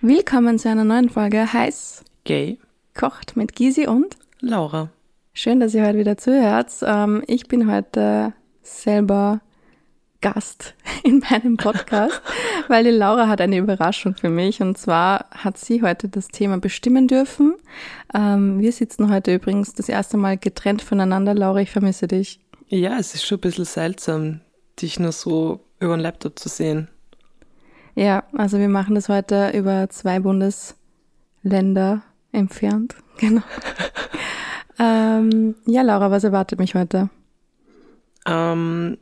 Willkommen zu einer neuen Folge Heiß Gay, kocht mit Gysi und Laura. schön, dass ihr heute wieder zuhört. Ähm, ich bin heute selber Gast in meinem Podcast, weil die Laura hat eine Überraschung für mich und zwar hat sie heute das Thema bestimmen dürfen. Ähm, wir sitzen heute übrigens das erste Mal getrennt voneinander. Laura, ich vermisse dich. Ja, es ist schon ein bisschen seltsam, dich nur so über den Laptop zu sehen. Ja, also wir machen das heute über zwei Bundesländer entfernt. Genau. ähm, ja, Laura, was erwartet mich heute? Ähm,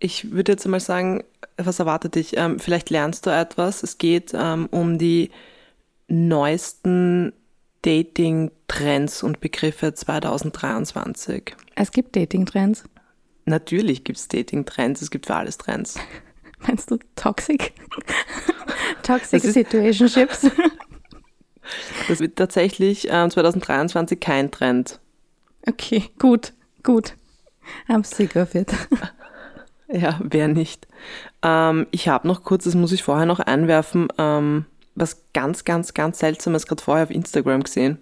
ich würde jetzt mal sagen, was erwartet dich? Ähm, vielleicht lernst du etwas. Es geht ähm, um die neuesten Dating-Trends und Begriffe 2023. Es gibt Dating-Trends. Natürlich gibt's Dating-Trends, es gibt für alles Trends. Meinst du toxic? toxic Das ist- Situationships? Das wird tatsächlich ähm, 2023 kein Trend. okay, gut, gut. I'm sick of it. Ja, wer nicht. Ähm, ich habe noch kurz, das muss ich vorher noch einwerfen, ähm, was ganz, ganz, ganz Seltsames gerade vorher auf Instagram gesehen.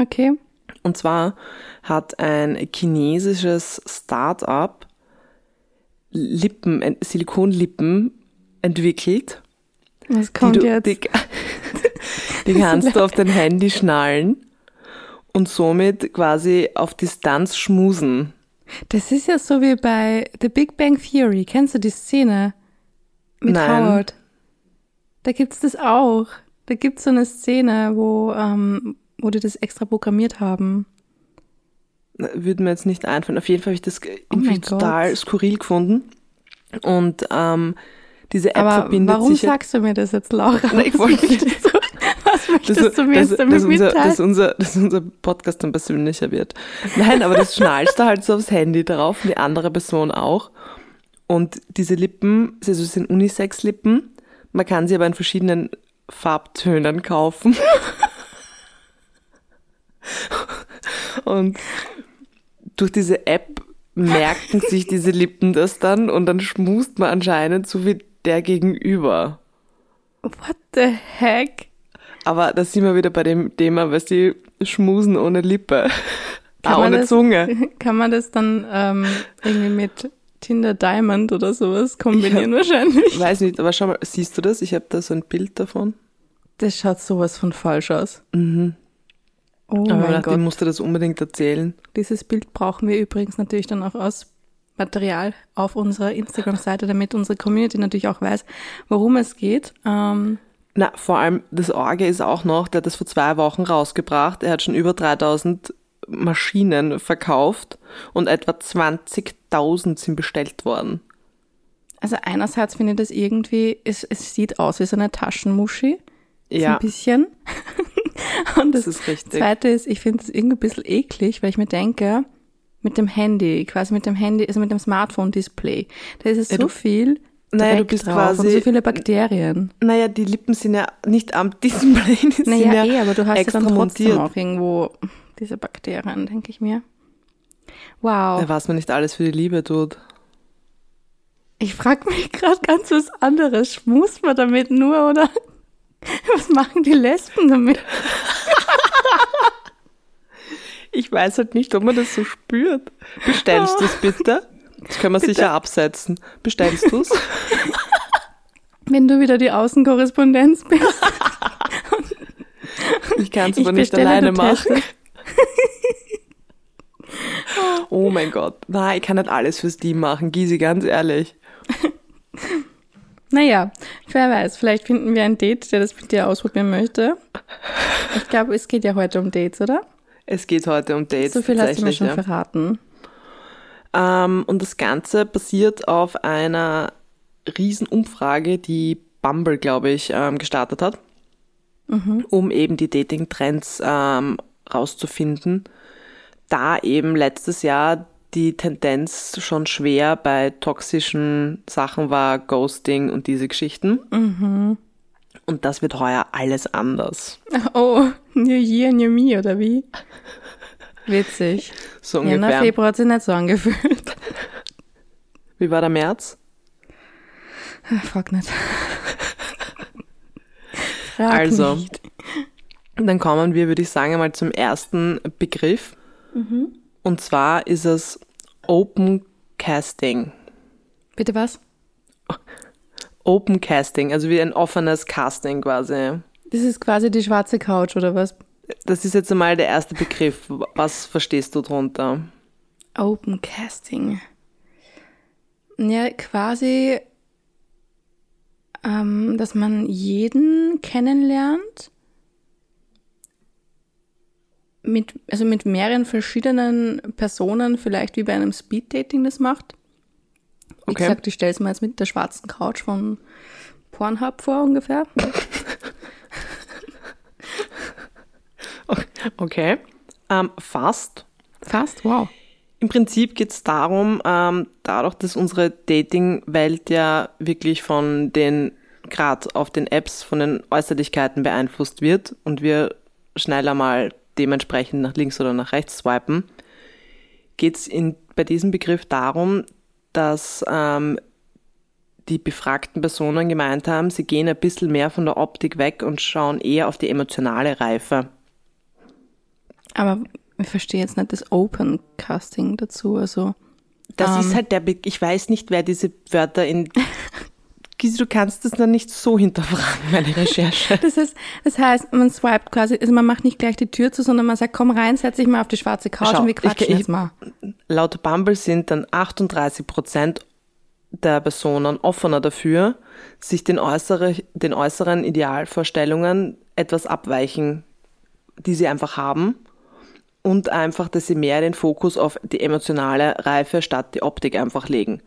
Okay. Und zwar hat ein chinesisches Start-up Lippen, en- Silikonlippen entwickelt. Was kommt die du, jetzt? Die, die kannst du auf dein Handy schnallen und somit quasi auf Distanz schmusen. Das ist ja so wie bei The Big Bang Theory. Kennst du die Szene mit Nein. Howard? Da gibt's das auch. Da gibt's so eine Szene, wo, ähm, wo die das extra programmiert haben. würde mir jetzt nicht einfallen. Auf jeden Fall habe ich das irgendwie Oh mein Gott. total skurril gefunden. Und ähm, diese App Aber verbindet warum sich. ja- sagst du mir das jetzt, Laura? Nein, ich Was wollte nicht. möchtest du, was möchtest du mir jetzt damit dass, unser, dass, mitteilen? unser, dass unser Podcast ein persönlicher wird. Nein, aber das schnallst du halt so aufs Handy drauf und die andere Person auch. Und diese Lippen, also es sind Unisex-Lippen. Man kann sie aber in verschiedenen Farbtönen kaufen. und durch diese App merken sich diese Lippen das dann und dann schmust man anscheinend so wie der gegenüber. What the heck? Aber da sind wir wieder bei dem Thema, weißt du, Schmusen ohne Lippe. Kann ah, man ohne das- Zunge. Kann man das dann ähm, irgendwie mit Tinder Diamond oder sowas kombinieren wahrscheinlich? Weiß nicht, aber schau mal, siehst du das? Ich habe da so ein Bild davon. Das schaut sowas von falsch aus. Mhm. Oh aber ich mein dachte, ich Gott. musste das unbedingt erzählen. Dieses Bild brauchen wir übrigens natürlich dann auch aus Material auf unserer Instagram-Seite, damit unsere Community natürlich auch weiß, worum es geht. Ähm, Na, vor allem, das Orge ist auch noch, der hat das vor zwei Wochen rausgebracht. Er hat schon über 3000 Maschinen verkauft und etwa 20.000 sind bestellt worden. also einerseits finde ich das irgendwie, es, es sieht aus wie so eine Taschenmuschi, so Ja, ein bisschen. Und das das ist richtig. Zweite ist, ich finde es irgendwie ein bisschen eklig, weil ich mir denke, mit dem Handy, quasi mit dem Handy, also mit dem Smartphone-Display, da ist es so du- viel Naja, du Dreck bist drauf und quasi- so viele Bakterien. Naja, die Lippen sind ja nicht am Display. Die sind Naja, ja eh, aber du hast ja extra dann trotzdem montiert. auch irgendwo diese Bakterien, denke ich mir. Wow. Ja, was man nicht alles für die Liebe tut. Ich frage mich gerade ganz was anderes. Schmust man damit nur, oder? Was machen die Lesben damit? Ich weiß halt nicht, ob man das so spürt. Bestellst du es bitte? Das können wir sicher absetzen. Bestellst du es? Wenn du wieder die Außenkorrespondenz bist, Ich kann es ich aber nicht bestelle, alleine du machen. testest. Oh mein Gott. Nein, ich kann nicht alles fürs Team machen, Gysi, ganz ehrlich. Naja, wer weiß, vielleicht finden wir ein Date, der das mit dir ausprobieren möchte. Ich glaube, es geht ja heute um Dates, oder? Es geht heute um Dates. so viel hast du mir tatsächlich, schon ja. verraten. Ähm, und das Ganze basiert auf einer Riesenumfrage, die Bumble, glaube ich, ähm, gestartet hat, um eben die Dating-Trends ähm, rauszufinden. Da eben letztes Jahr die Tendenz schon schwer bei toxischen Sachen war, Ghosting und diese Geschichten. Und das wird heuer alles anders. Oh, New Year, New Me, oder wie? Witzig. So Januar, ungefähr. Februar hat sich nicht so angefühlt. Wie war der März? Ah, Frag nicht. Frag Also. nicht. Dann kommen wir, würde ich sagen, einmal zum ersten Begriff. Und zwar ist es Open Casting. Bitte was? Open Casting, also wie ein offenes Casting quasi. Das ist quasi die schwarze Couch oder was? Das ist jetzt einmal der erste Begriff. Was verstehst du drunter? Open Casting. Ja, quasi, ähm, dass man jeden kennenlernt. Mit, also mit mehreren verschiedenen Personen, vielleicht wie bei einem Speed-Dating das macht. Wie Okay. gesagt, ich stelle es mir jetzt mit der schwarzen Couch von Pornhub vor ungefähr. Okay. Ähm, fast. Fast, wow. Im Prinzip geht es darum, ähm, dadurch, dass unsere Dating-Welt ja wirklich von den, gerade auf den Apps, von den Äußerlichkeiten beeinflusst wird und wir schneller mal dementsprechend nach links oder nach rechts swipen, geht es bei diesem Begriff darum, dass ähm, die befragten Personen gemeint haben, sie gehen ein bisschen mehr von der Optik weg und schauen eher auf die emotionale Reife. Aber ich verstehe jetzt nicht das Open Casting dazu, also. Das Ähm. ist halt der Be Ich weiß nicht, wer diese Wörter in. Gisi, du kannst das dann nicht so hinterfragen, meine Recherche. Das heißt, das heißt, man swiped quasi, also man macht nicht gleich die Tür zu, sondern man sagt, komm rein, setz dich mal auf die schwarze Couch Schau, und wir ich- quatschen ich- jetzt mal. Laut Bumble sind dann 38 Prozent der Personen offener dafür, sich den, äußere, den äußeren Idealvorstellungen etwas abweichen, die sie einfach haben. Und einfach, dass sie mehr den Fokus auf die emotionale Reife statt die Optik einfach legen.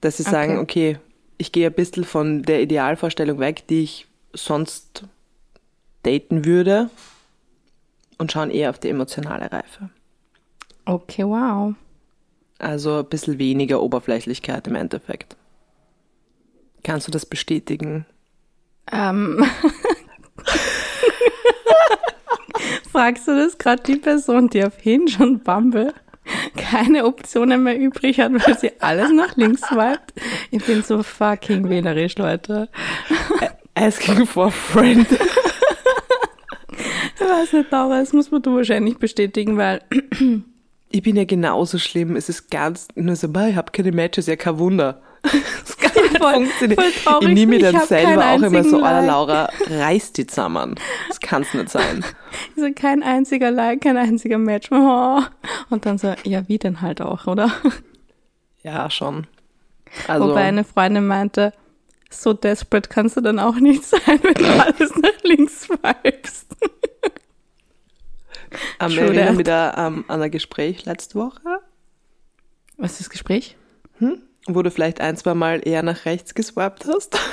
Dass sie sagen, okay, ich gehe ein bisschen von der Idealvorstellung weg, die ich sonst daten würde und schauen eher auf die emotionale Reife. Okay, wow. Also ein bisschen weniger Oberflächlichkeit im Endeffekt. Kannst du das bestätigen? Ähm. Fragst du das gerade die Person, die auf Hinge und Bumble keine Optionen mehr übrig hat, weil sie alles nach links swiped? Ich bin so fucking wählerisch, Leute. Asking for a friend. Ich weiß nicht, Laura, das muss man du wahrscheinlich bestätigen, weil Ich bin ja genauso schlimm. Es ist ganz nur so, "Bah, ich habe keine Matches, ja kein Wunder. Das kann nicht Voll- funktionieren. voll traurig, ich nehme ich mir dann hab selber auch keinen immer so, einzigen Alter Like." Laura, reiß die zusammen. Das kann's nicht sein. So kein einziger Like, kein einziger Match. Oh. Und dann so, ja, wie denn halt auch, oder? Ja, schon. Also, Wobei eine Freundin meinte, so desperate kannst du dann auch nicht sein, wenn du alles nach links swipest. ähm, ich True erinnere that. mich da ähm, an ein Gespräch letzte Woche, Was ist das Gespräch? wo du vielleicht ein, zwei Mal eher nach rechts geswiped hast.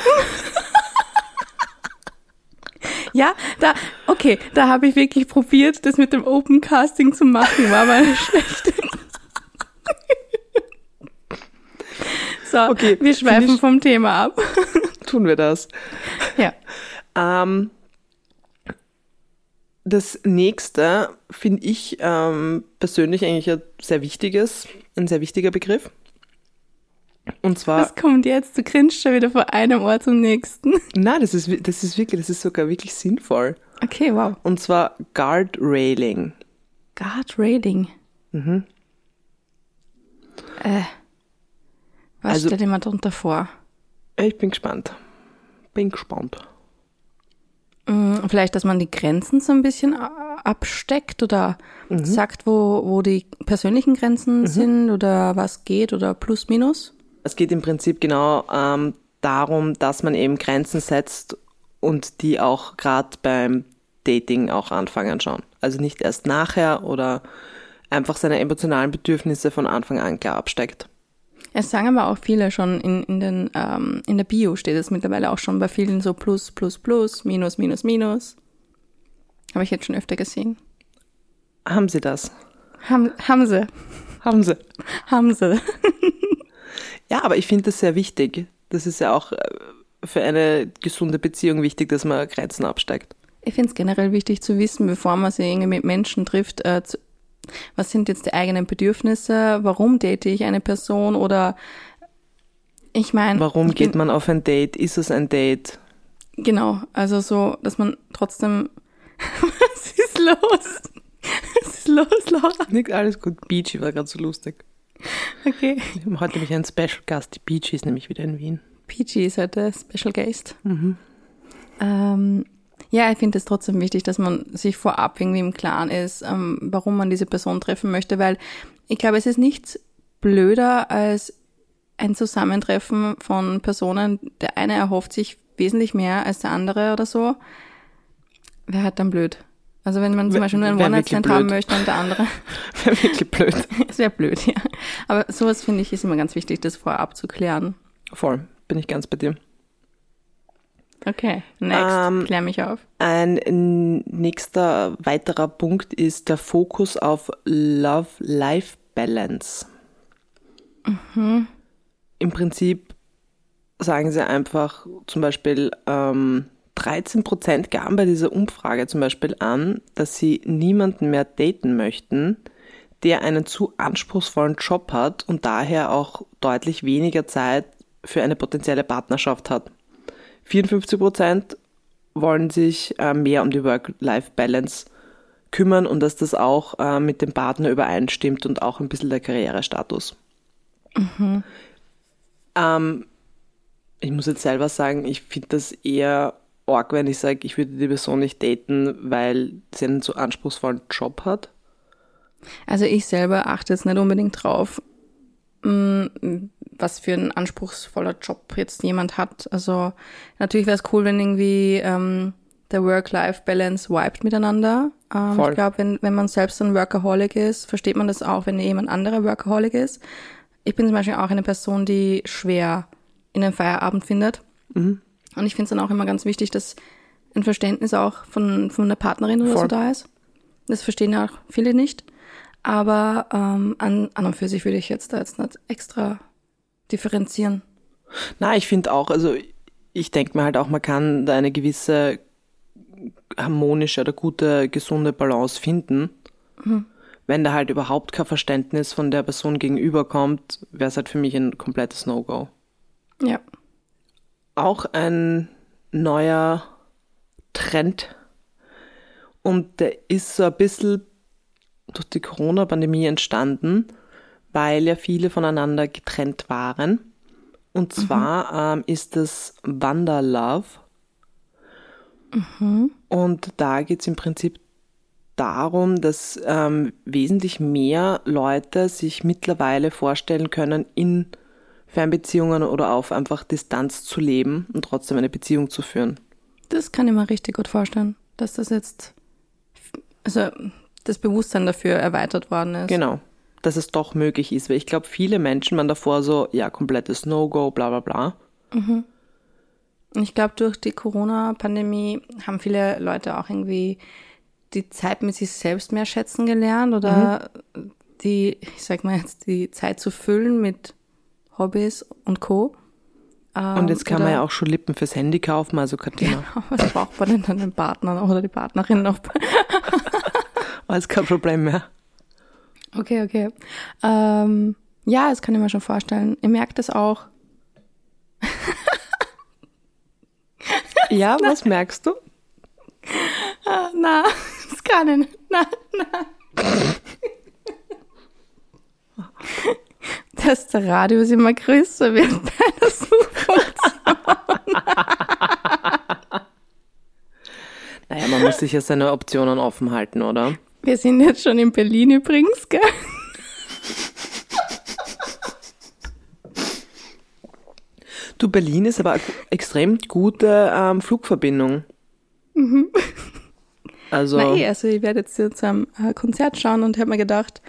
Ja, da, okay, da habe ich wirklich probiert, das mit dem Open Casting zu machen, war aber schlecht. So, Okay, wir schweifen finish. vom Thema ab. Tun wir das. Ja. Ähm, das nächste finde ich ähm, persönlich eigentlich ein sehr wichtiges, ein sehr wichtiger Begriff. Und zwar, Was kommt jetzt? Du grinst schon wieder von einem Ohr zum nächsten. nein, das ist, wi- das ist wirklich, das ist sogar wirklich sinnvoll. Okay, wow. Und zwar Guardrailing. Guard Railing. Mhm. Äh, was Also- stellt jemand darunter vor? Ich bin gespannt. Bin gespannt. Hm, Vielleicht, dass man die Grenzen so ein bisschen a- absteckt oder sagt, wo, wo die persönlichen Grenzen sind oder was geht oder plus minus. Es geht im Prinzip genau ähm, darum, dass man eben Grenzen setzt und die auch gerade beim Dating auch anfangen schon. Also nicht erst nachher oder einfach seine emotionalen Bedürfnisse von Anfang an klar absteckt. Es sagen aber auch viele schon in, in, den, ähm, in der Bio steht es mittlerweile auch schon bei vielen so plus, plus, plus, minus, minus, minus. Habe ich jetzt schon öfter gesehen. Haben Sie das? Ham, haben sie, Haben Sie? haben sie. Ja, aber ich finde das sehr wichtig. Das ist ja auch äh, für eine gesunde Beziehung wichtig, dass man Grenzen absteckt. Ich finde es generell wichtig zu wissen, bevor man sich irgendwie mit Menschen trifft, äh, zu, was sind jetzt die eigenen Bedürfnisse, warum date ich eine Person oder ich meine, Warum geht man auf ein Date? Ist es ein Date? Genau, also so, dass man trotzdem. Was ist los? Was ist los, Laura? Nix, alles gut. Beachy war gerade so lustig. Okay. Wir haben heute nämlich einen Special Gast. Die Beachy ist nämlich wieder in Wien. PG ist heute Special Guest. Mhm. Ähm, ja, ich finde es trotzdem wichtig, dass man sich vorab irgendwie im Klaren ist, ähm, warum man diese Person treffen möchte, weil ich glaube, es ist nichts blöder als ein Zusammentreffen von Personen. Der eine erhofft sich wesentlich mehr als der andere oder so. Wer hat dann blöd? Also wenn man zum Wer- Beispiel nur einen wer One-Night-Stand wirklich haben blöd? möchte und der andere, Wäre wirklich blöd. es wäre blöd, ja. Aber sowas finde ich ist immer ganz wichtig, das vorab zu klären. Voll, bin ich ganz bei dir. Okay, next, Ähm, klär mich auf. Ein nächster weiterer Punkt ist der Fokus auf Love-Life-Balance. Im Prinzip sagen sie einfach zum Beispiel, ähm, 13 Prozent gaben bei dieser Umfrage zum Beispiel an, dass sie niemanden mehr daten möchten, der einen zu anspruchsvollen Job hat und daher auch deutlich weniger Zeit für eine potenzielle Partnerschaft hat. 54 Prozent wollen sich äh, mehr um die Work-Life-Balance kümmern und dass das auch äh, mit dem Partner übereinstimmt und auch ein bisschen der Karrierestatus. Ähm, ich muss jetzt selber sagen, ich finde das eher arg, wenn ich sage, ich würde die Person nicht daten, weil sie einen so anspruchsvollen Job hat. Also ich selber achte jetzt nicht unbedingt drauf, mm, was für ein anspruchsvoller Job jetzt jemand hat. Also natürlich wäre es cool, wenn irgendwie ähm, der Work-Life-Balance vibet miteinander. Ähm, Voll. ich glaube, wenn, wenn man selbst ein Workaholic ist, versteht man das auch, wenn jemand anderer Workaholic ist. Ich bin zum Beispiel auch eine Person, die schwer in den Feierabend findet. Und ich finde es dann auch immer ganz wichtig, dass ein Verständnis auch von, von der Partnerin oder so Voll. da ist. Das verstehen ja auch viele nicht. Aber ähm, an, an und für sich würde ich jetzt da jetzt nicht extra differenzieren. Na, ich finde auch, also ich denke mir halt auch, man kann da eine gewisse harmonische oder gute, gesunde Balance finden. Wenn da halt überhaupt kein Verständnis von der Person gegenüber kommt, wäre es halt für mich ein komplettes No-Go. Ja. Auch ein neuer Trend. Und der ist so ein bisschen durch die Corona-Pandemie entstanden, weil ja viele voneinander getrennt waren. Und zwar ähm, ist das Wanderlove. Und da geht es im Prinzip darum, dass ähm, wesentlich mehr Leute sich mittlerweile vorstellen können, in Fernbeziehungen oder auf einfach Distanz zu leben und trotzdem eine Beziehung zu führen. Das kann ich mir richtig gut vorstellen, dass das jetzt, also das Bewusstsein dafür erweitert worden ist. Genau. Dass es doch möglich ist, weil ich glaube, viele Menschen waren davor so, ja, komplettes No-Go, bla bla bla. Und ich glaube, durch die Corona-Pandemie haben viele Leute auch irgendwie die Zeit mit sich selbst mehr schätzen gelernt oder die, ich sag mal jetzt, die Zeit zu füllen mit Hobbys und Co. Ähm, Und jetzt kann man oder- ja auch schon Lippen fürs Handy kaufen, also Katina, Was braucht man denn dann den Partner oder die Partnerin noch? alles kein Problem mehr. Okay, okay. Ähm, ja, das kann ich mir schon vorstellen. Ihr merkt es auch. Ja, was merkst du? Ah, na, das kann ich nicht. Na, na. Dass der Radius immer größer wird bei der Suchfunktion. Naja, man muss sich ja seine Optionen offen halten, oder? Wir sind jetzt schon in Berlin übrigens, gell? Du, Berlin ist aber eine extrem gute ähm, Flugverbindung. Also, Na eh, also ich werde jetzt hier zu einem äh, Konzert schauen und habe mir gedacht,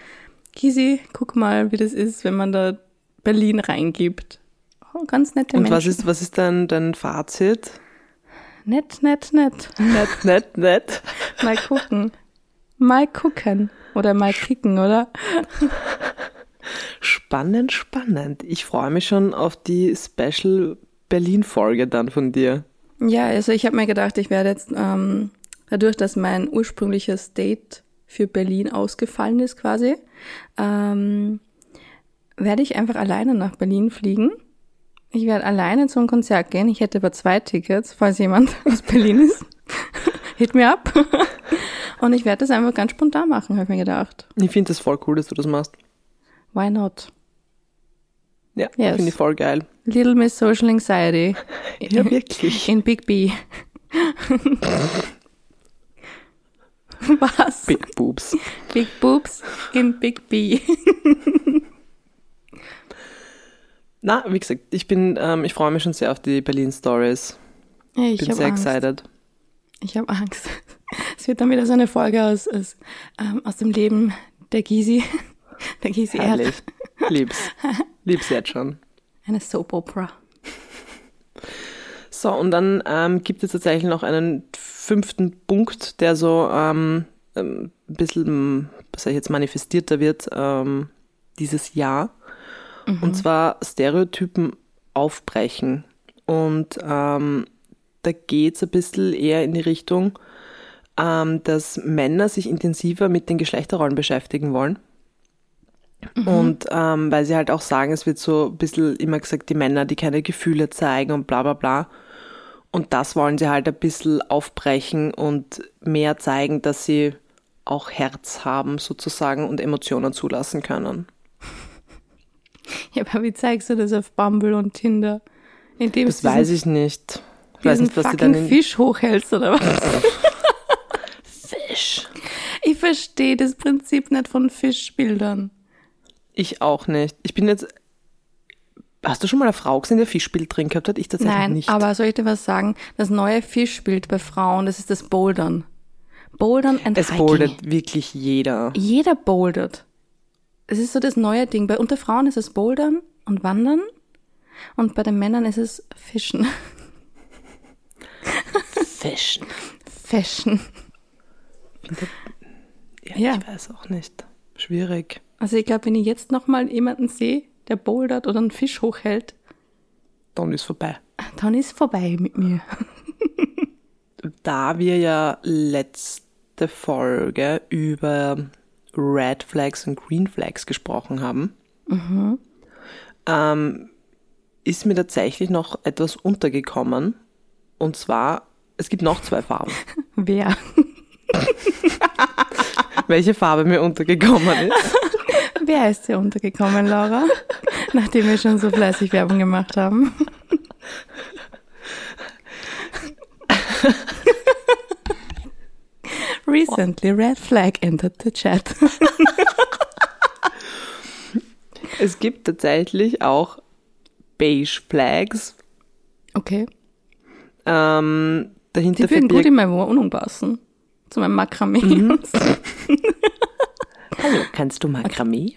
Kisi, guck mal, wie das ist, wenn man da Berlin reingibt. Oh, ganz nette und Menschen. was ist, was ist dein, dein Fazit? Nett, nett, nett. Nett, nett, nett. Mal gucken. Mal gucken. Oder mal kicken, oder? Spannend, spannend. Ich freue mich schon auf die Special Berlin-Folge dann von dir. Ja, also ich habe mir gedacht, ich werde jetzt, ähm, dadurch, dass mein ursprüngliches Date für Berlin ausgefallen ist quasi, ähm, werde ich einfach alleine nach Berlin fliegen Ich werde alleine zum Konzert gehen. Ich hätte aber zwei Tickets, falls jemand aus Berlin ist. Hit mir ab. Und ich werde das einfach ganz spontan machen, habe ich mir gedacht. Ich finde das voll cool, dass du das machst. Why not? Ja, Yes. finde ich voll geil. Little Miss Social Anxiety Ja, wirklich. in Big B. Was? Big Boobs. Big Boobs in Big B. Na, wie gesagt, ich bin, ähm, ich freue mich schon sehr auf die Berlin Stories. Ich Bin habe sehr Angst. excited. Ich habe Angst. Es wird dann wieder so eine Folge aus, aus, ähm, aus dem Leben der Gysi. Der Gysi Erd. Herrlich. Lieb's. Lieb's jetzt schon. Eine Soap Opera. So, und dann ähm, gibt es tatsächlich noch einen fünften Punkt, der so ähm, ähm, ein bisschen, was sag ich jetzt, manifestierter wird ähm, dieses Jahr. Und zwar Stereotypen aufbrechen. Und ähm, da geht's ein bisschen eher in die Richtung, ähm, dass Männer sich intensiver mit den Geschlechterrollen beschäftigen wollen. Und ähm, weil sie halt auch sagen, es wird so ein bisschen immer gesagt, die Männer, die keine Gefühle zeigen und bla bla bla. Und das wollen sie halt ein bisschen aufbrechen und mehr zeigen, dass sie auch Herz haben sozusagen und Emotionen zulassen können. Ja, aber wie zeigst du das auf Bumble und Tinder? Indem Das weiß ich nicht. Ich weiß nicht, was sie dann in Fisch hochhältst oder was? Fisch. Ich verstehe das Prinzip nicht von Fischbildern. Ich auch nicht. Ich bin jetzt. Hast du schon mal eine Frau gesehen, die ein Fischbild drin gehabt hat? Ich tatsächlich Nein, nicht. aber soll ich dir was sagen? Das neue Fischbild bei Frauen, das ist das Bouldern. Bouldern and es Hiking. boldet wirklich jeder. Jeder bouldert. Es ist so das neue Ding. Bei unter Frauen ist es Bouldern und Wandern und bei den Männern ist es Fischen. Fischen. Fashion. Ja, Ja. Ich weiß auch nicht. Schwierig. Also ich glaube, wenn ich jetzt nochmal jemanden sehe, der bouldert oder einen Fisch hochhält, Dann ist vorbei. dann ist vorbei mit mir. Da wir ja letzte Folge über Red Flags und Green Flags gesprochen haben, ähm, ist mir tatsächlich noch etwas untergekommen. Und zwar, es gibt noch zwei Farben. Wer? Welche Farbe mir untergekommen ist? Wer ist dir untergekommen, Laura? Nachdem wir schon so fleißig Werbung gemacht haben. Recently, Red Flag entered the chat. Es gibt tatsächlich auch Beige Flags. Okay. Ähm, dahinter Die würden gut verbirgt, in meine Wohnung passen. Zu meinem Makramee. Hallo, kannst du Makramee?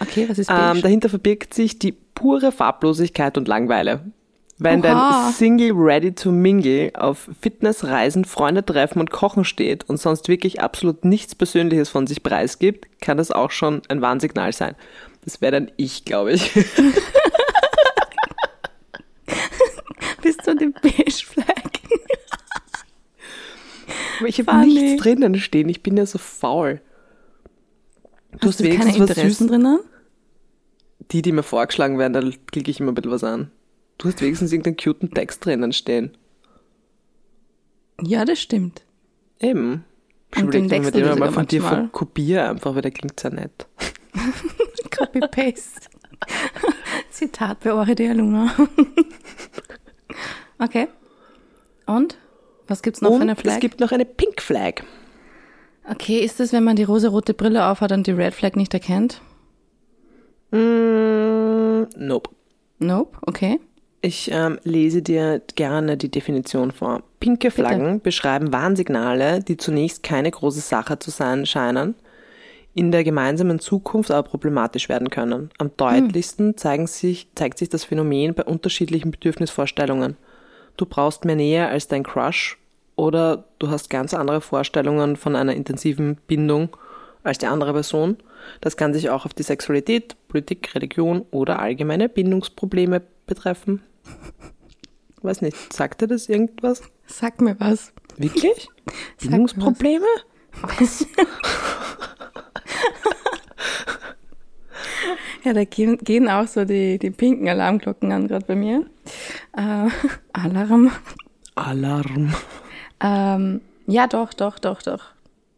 Okay, was ist Ähm, beige? dahinter verbirgt sich die pure Farblosigkeit und Langweile. Wenn Oha. dein Single Ready to Mingle auf Fitness, Reisen, Freunde treffen und Kochen steht und sonst wirklich absolut nichts Persönliches von sich preisgibt, kann das auch schon ein Warnsignal sein. Das wäre dann ich, glaube ich. Bist du die beige Flag? Aber ich habe Funny. nichts drinnen stehen. Ich bin ja so faul. Du Hast hast, du keine wenigstens was Interessen Süßes. drinnen? Die, die mir vorgeschlagen werden, da klicke ich immer ein bisschen was an. Du hast wenigstens irgendeinen cuten Text drinnen stehen. Ja, das stimmt. Eben. Ich Und den überleg wechseln mir, mit dem wir ich mal sogar von dir manchmal. kopiere einfach, weil der klingt sehr nett. Copy-Paste. Zitat bei Orchidea Luna. okay. Und? Was gibt's noch für Und eine es Flag? gibt noch eine Pink Flag. okay, ist das, wenn man die rosarote Brille aufhat und die Red Flag nicht erkennt? Mm, nope. Nope, okay. Ich ähm, lese dir gerne die Definition vor. Pinke Flaggen beschreiben Warnsignale, die zunächst keine große Sache zu sein scheinen, in der gemeinsamen Zukunft aber problematisch werden können. Am deutlichsten zeigen sich, zeigt sich das Phänomen bei unterschiedlichen Bedürfnisvorstellungen. Du brauchst mehr Nähe als dein Crush oder du hast ganz andere Vorstellungen von einer intensiven Bindung als die andere Person. Das kann sich auch auf die Sexualität, Politik, Religion oder allgemeine Bindungsprobleme betreffen. Weiß nicht, sagt dir das irgendwas? Sag mir was. Wirklich? mir Bindungsprobleme? Was? Ja, da gehen, gehen auch so die, die pinken Alarmglocken an, gerade bei mir. Äh, Alarm. Alarm. Ähm, ja, doch, doch, doch, doch.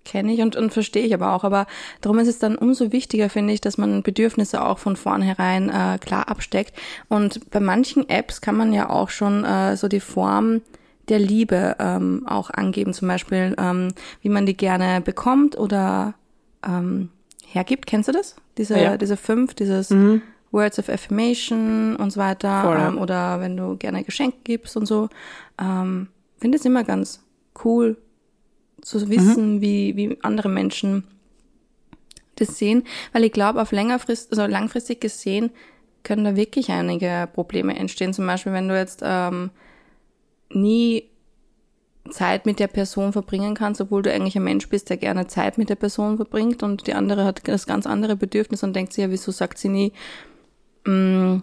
Kenne ich und, und verstehe ich aber auch. Aber darum ist es dann umso wichtiger, finde ich, dass man Bedürfnisse auch von vornherein äh, klar absteckt. Und bei manchen Apps kann man ja auch schon äh, so die Form der Liebe ähm, auch angeben. Zum Beispiel, ähm, wie man die gerne bekommt oder ähm, hergibt. Kennst du das? Diese, Ja. Mhm. diese fünf, dieses Words of Affirmation und so weiter. Voll, ja. ähm, oder wenn du gerne Geschenke gibst und so. Ähm, Finde es immer ganz cool zu Mhm. wissen, wie, wie andere Menschen das sehen, weil ich glaube, auf längerfrist, also langfristig gesehen können da wirklich einige Probleme entstehen. Zum Beispiel, wenn du jetzt ähm, nie Zeit mit der Person verbringen kannst, obwohl du eigentlich ein Mensch bist, der gerne Zeit mit der Person verbringt und die andere hat das ganz andere Bedürfnis und denkt sich ja, wieso sagt sie nie, mh,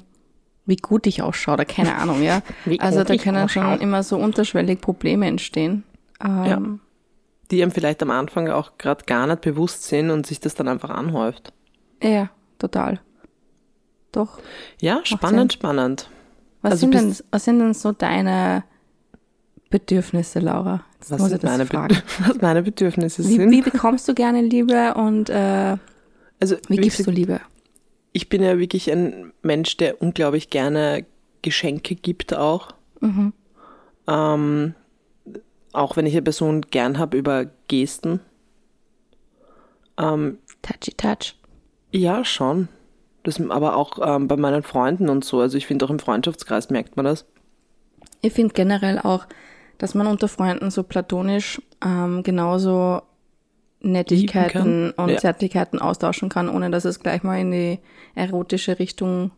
wie gut ich ausschaue oder keine Ahnung, ja. Wie also gut da ich können ausschaue. schon immer so unterschwellig Probleme entstehen. Ähm, Ja. Die einem vielleicht am Anfang auch gerade gar nicht bewusst sind und sich das dann einfach anhäuft. Ja, total. Doch. Ja, spannend, spannend. Was, Also sind denn, bist- was sind denn so deine Bedürfnisse, Laura? Jetzt Was, muss ich sind das meine, fragen. Bedür- was meine Bedürfnisse Wie, sind. wie bekommst du gerne Liebe und äh, also, wie gibst gesagt, du Liebe? ich bin ja wirklich ein Mensch, der unglaublich gerne Geschenke gibt auch. Mhm. Ähm, auch wenn ich eine Person gern habe über Gesten. Ähm, Touchy touch. ja, schon. Das aber auch ähm, bei meinen Freunden und so. Also ich finde auch im Freundschaftskreis merkt man das. Ich finde generell auch, dass man unter Freunden so platonisch ähm, genauso Nettigkeiten kann. und Ja. Zärtlichkeiten austauschen kann, ohne dass es gleich mal in die erotische Richtung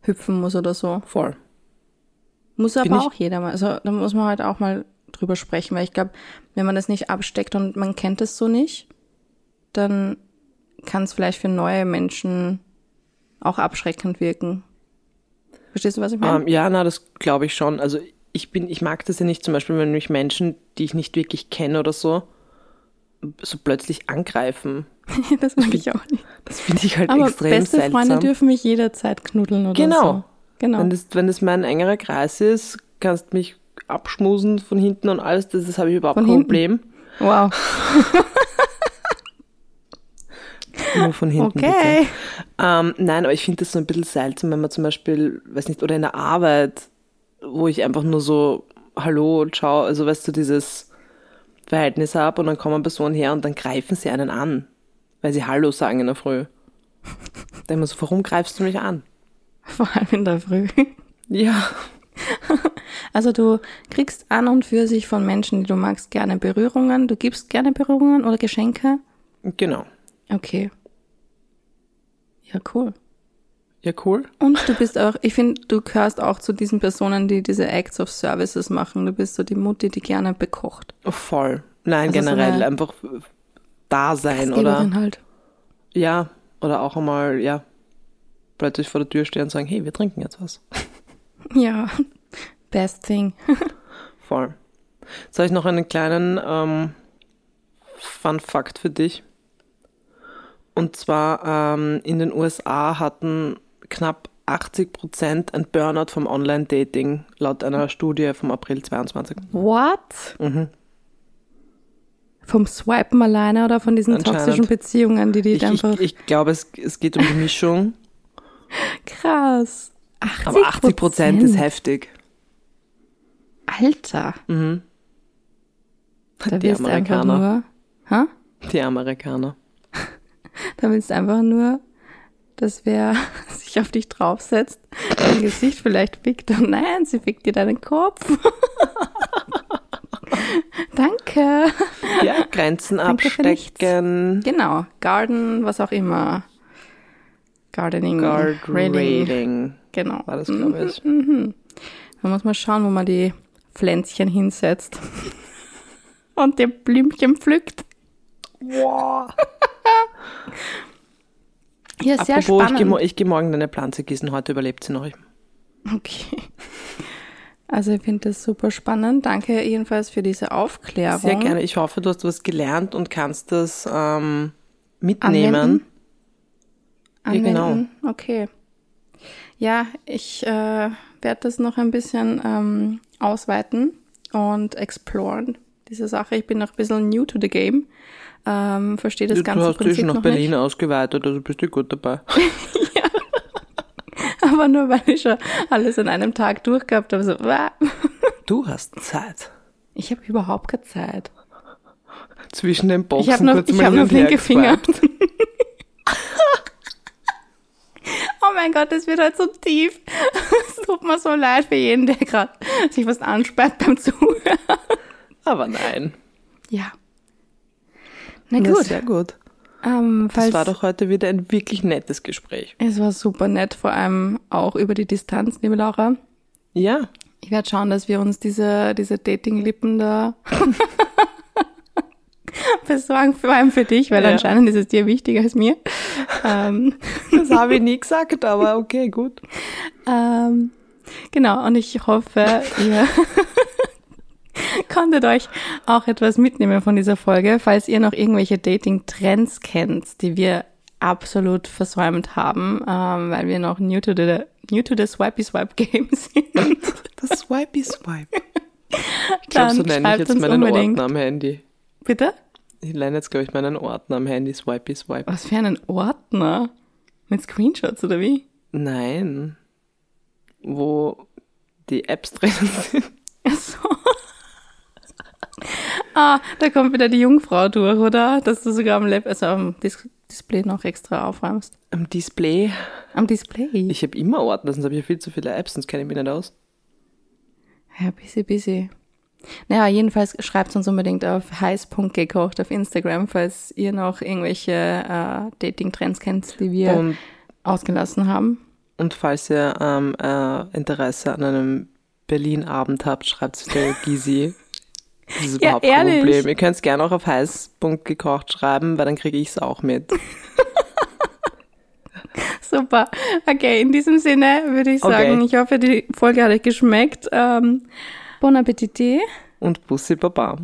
hüpfen muss oder so. Voll. Muss aber Finde ich- auch jeder mal. Also da muss man halt auch mal drüber sprechen, weil ich glaube, wenn man das nicht absteckt und man kennt es so nicht, dann kann es vielleicht für neue Menschen auch abschreckend wirken. Verstehst du, was ich meine? Ähm, ja, na, das glaube ich schon. Also ich bin, ich mag das ja nicht, zum Beispiel, wenn mich Menschen, die ich nicht wirklich kenne oder so, so plötzlich angreifen. das mag ich auch nicht. Das finde ich halt Aber Ähm, extrem beste seltsam. Freunde dürfen mich jederzeit knuddeln oder Genau. so. Genau. Wenn das, wenn das mein engerer Kreis ist, kannst mich abschmusen von hinten und alles, das, das habe ich überhaupt Von kein hinten? Problem. Wow. Nur von hinten. Bitte. Okay. Ähm, nein, aber ich finde das so ein bisschen seltsam, wenn man zum Beispiel, weiß nicht, oder in der Arbeit, wo ich einfach nur so, hallo, ciao, also weißt du, dieses Verhältnis habe und dann kommen Personen her und dann greifen sie einen an, weil sie Hallo sagen in der Früh. Dann immer so, warum greifst du mich an? Vor allem in der Früh. Ja, Also du kriegst an und für sich von Menschen, die du magst, gerne Berührungen. Du gibst gerne Berührungen oder Geschenke. genau. Okay. Ja, cool. Ja, cool. Und du bist auch, ich finde, du gehörst auch zu diesen Personen, die diese Acts of Services machen. Du bist so die Mutti, die gerne bekocht. Oh, Voll. Nein, Also so generell eine einfach da sein oder Gastgeberin halt. ja, oder auch einmal, ja, plötzlich vor der Tür stehen und sagen, hey, wir trinken jetzt was. Ja. Best thing. Voll. Jetzt habe ich noch einen kleinen ähm, Fun Fact für dich. Und zwar ähm, in den USA hatten knapp 80 Prozent ein Burnout vom Online-Dating, laut Hm. einer Studie vom April 22. What? Mhm. Vom Swipen alleine oder von diesen Anscheinend. toxischen Beziehungen, die die Ich, ich, einfach. ich glaube, es, es geht um die Mischung, krass. 80 aber 80 Prozent ist heftig. Alter. Da Mhm. Die willst du einfach Amerikaner. nur. Hä? Die Amerikaner. Da willst du einfach nur, dass wer sich auf dich draufsetzt, dein Gesicht vielleicht fickt und nein, sie fickt dir deinen Kopf. Danke. Ja, Grenzen Danke für nichts. abstecken. Genau, Garden, was auch immer. Gardening, Guard Hm. Railing. Rating. Genau. War das, glaube ich. Da muss man schauen, wo man die Pflänzchen hinsetzt und die Blümchen pflückt. Wow. Ja, sehr Apropos, ich gehe spannend. mo- ich geh morgen deine Pflanze gießen. Heute überlebt sie noch. Ich- Okay. Also ich finde das super spannend. Danke jedenfalls für diese Aufklärung. Sehr gerne. Ich hoffe, du hast was gelernt und kannst das ähm, mitnehmen. Anwenden. anwenden. genau. Okay. Ja, ich äh, werde das noch ein bisschen ähm, ausweiten und exploren, diese Sache. Ich bin noch ein bisschen new to the game. Ähm, verstehe das Du, ganze hast dich Prinzip schon nach noch Berlin nicht. ausgeweitet, also bist du gut dabei. Aber nur weil ich schon alles an einem Tag durchgehabt habe. So, wah. Du hast Zeit. ich habe überhaupt keine Zeit. Zwischen den Boxen Ich habe nur, kurz ich mal hab hin nur und her flinke Finger. geswiped. oh mein Gott, das wird halt so tief. Es tut mir so leid für jeden, der gerade sich was ansperrt beim Zuhören. Aber nein. Ja. Na Na, gut. Sehr gut. Ähm, Das falls, war doch heute wieder ein wirklich nettes Gespräch. es war super nett, vor allem auch über die Distanz, liebe Laura. Ja, Ich werde schauen, dass wir uns diese, diese Dating-Lippen da besorgen, vor allem für dich, weil Ja. anscheinend ist es dir wichtiger als mir. ähm, das habe ich nie gesagt, aber okay, gut. ähm, genau, und ich hoffe, ihr konntet euch auch etwas mitnehmen von dieser Folge, falls ihr noch irgendwelche Dating-Trends kennt, die wir absolut versäumt haben, ähm, weil wir noch new to the, new to the Swipey-Swipe-Game sind. Das Swipey Swipe. Ich glaube, Dann so nenne ich schreibt jetzt uns meinen unbedingt. Ordner am Handy. Bitte? Ich nenne jetzt, glaube ich, meinen Ordner am Handy Swipey Swipe. Was für einen Ordner? Mit Screenshots oder wie? Nein. Wo die Apps drinnen sind. Achso. ah, da kommt wieder die Jungfrau durch, oder? Dass du sogar am Lab, also am Dis Display noch extra aufräumst. Am Display. Am Display. Ich habe immer Ordner, sonst habe ich ja viel zu viele Apps, sonst kenne ich mich nicht aus. Ja, busy, busy. Naja, jedenfalls schreibt uns unbedingt auf heiß.gekocht auf Instagram, falls ihr noch irgendwelche äh, Dating-Trends kennt, die wir Und, ausgelassen haben. und falls ihr ähm, äh, Interesse an einem Berlin-Abend habt, schreibt es der Gysi. Das ist Ja, überhaupt ehrlich. kein Problem. Ihr könnt es gerne auch auf heiß.gekocht gekocht schreiben, weil dann kriege ich es auch mit. Super. Okay, in diesem Sinne würde ich Okay. sagen, ich hoffe, die Folge hat euch geschmeckt. Ähm, bon appétit. Und Bussi Baba.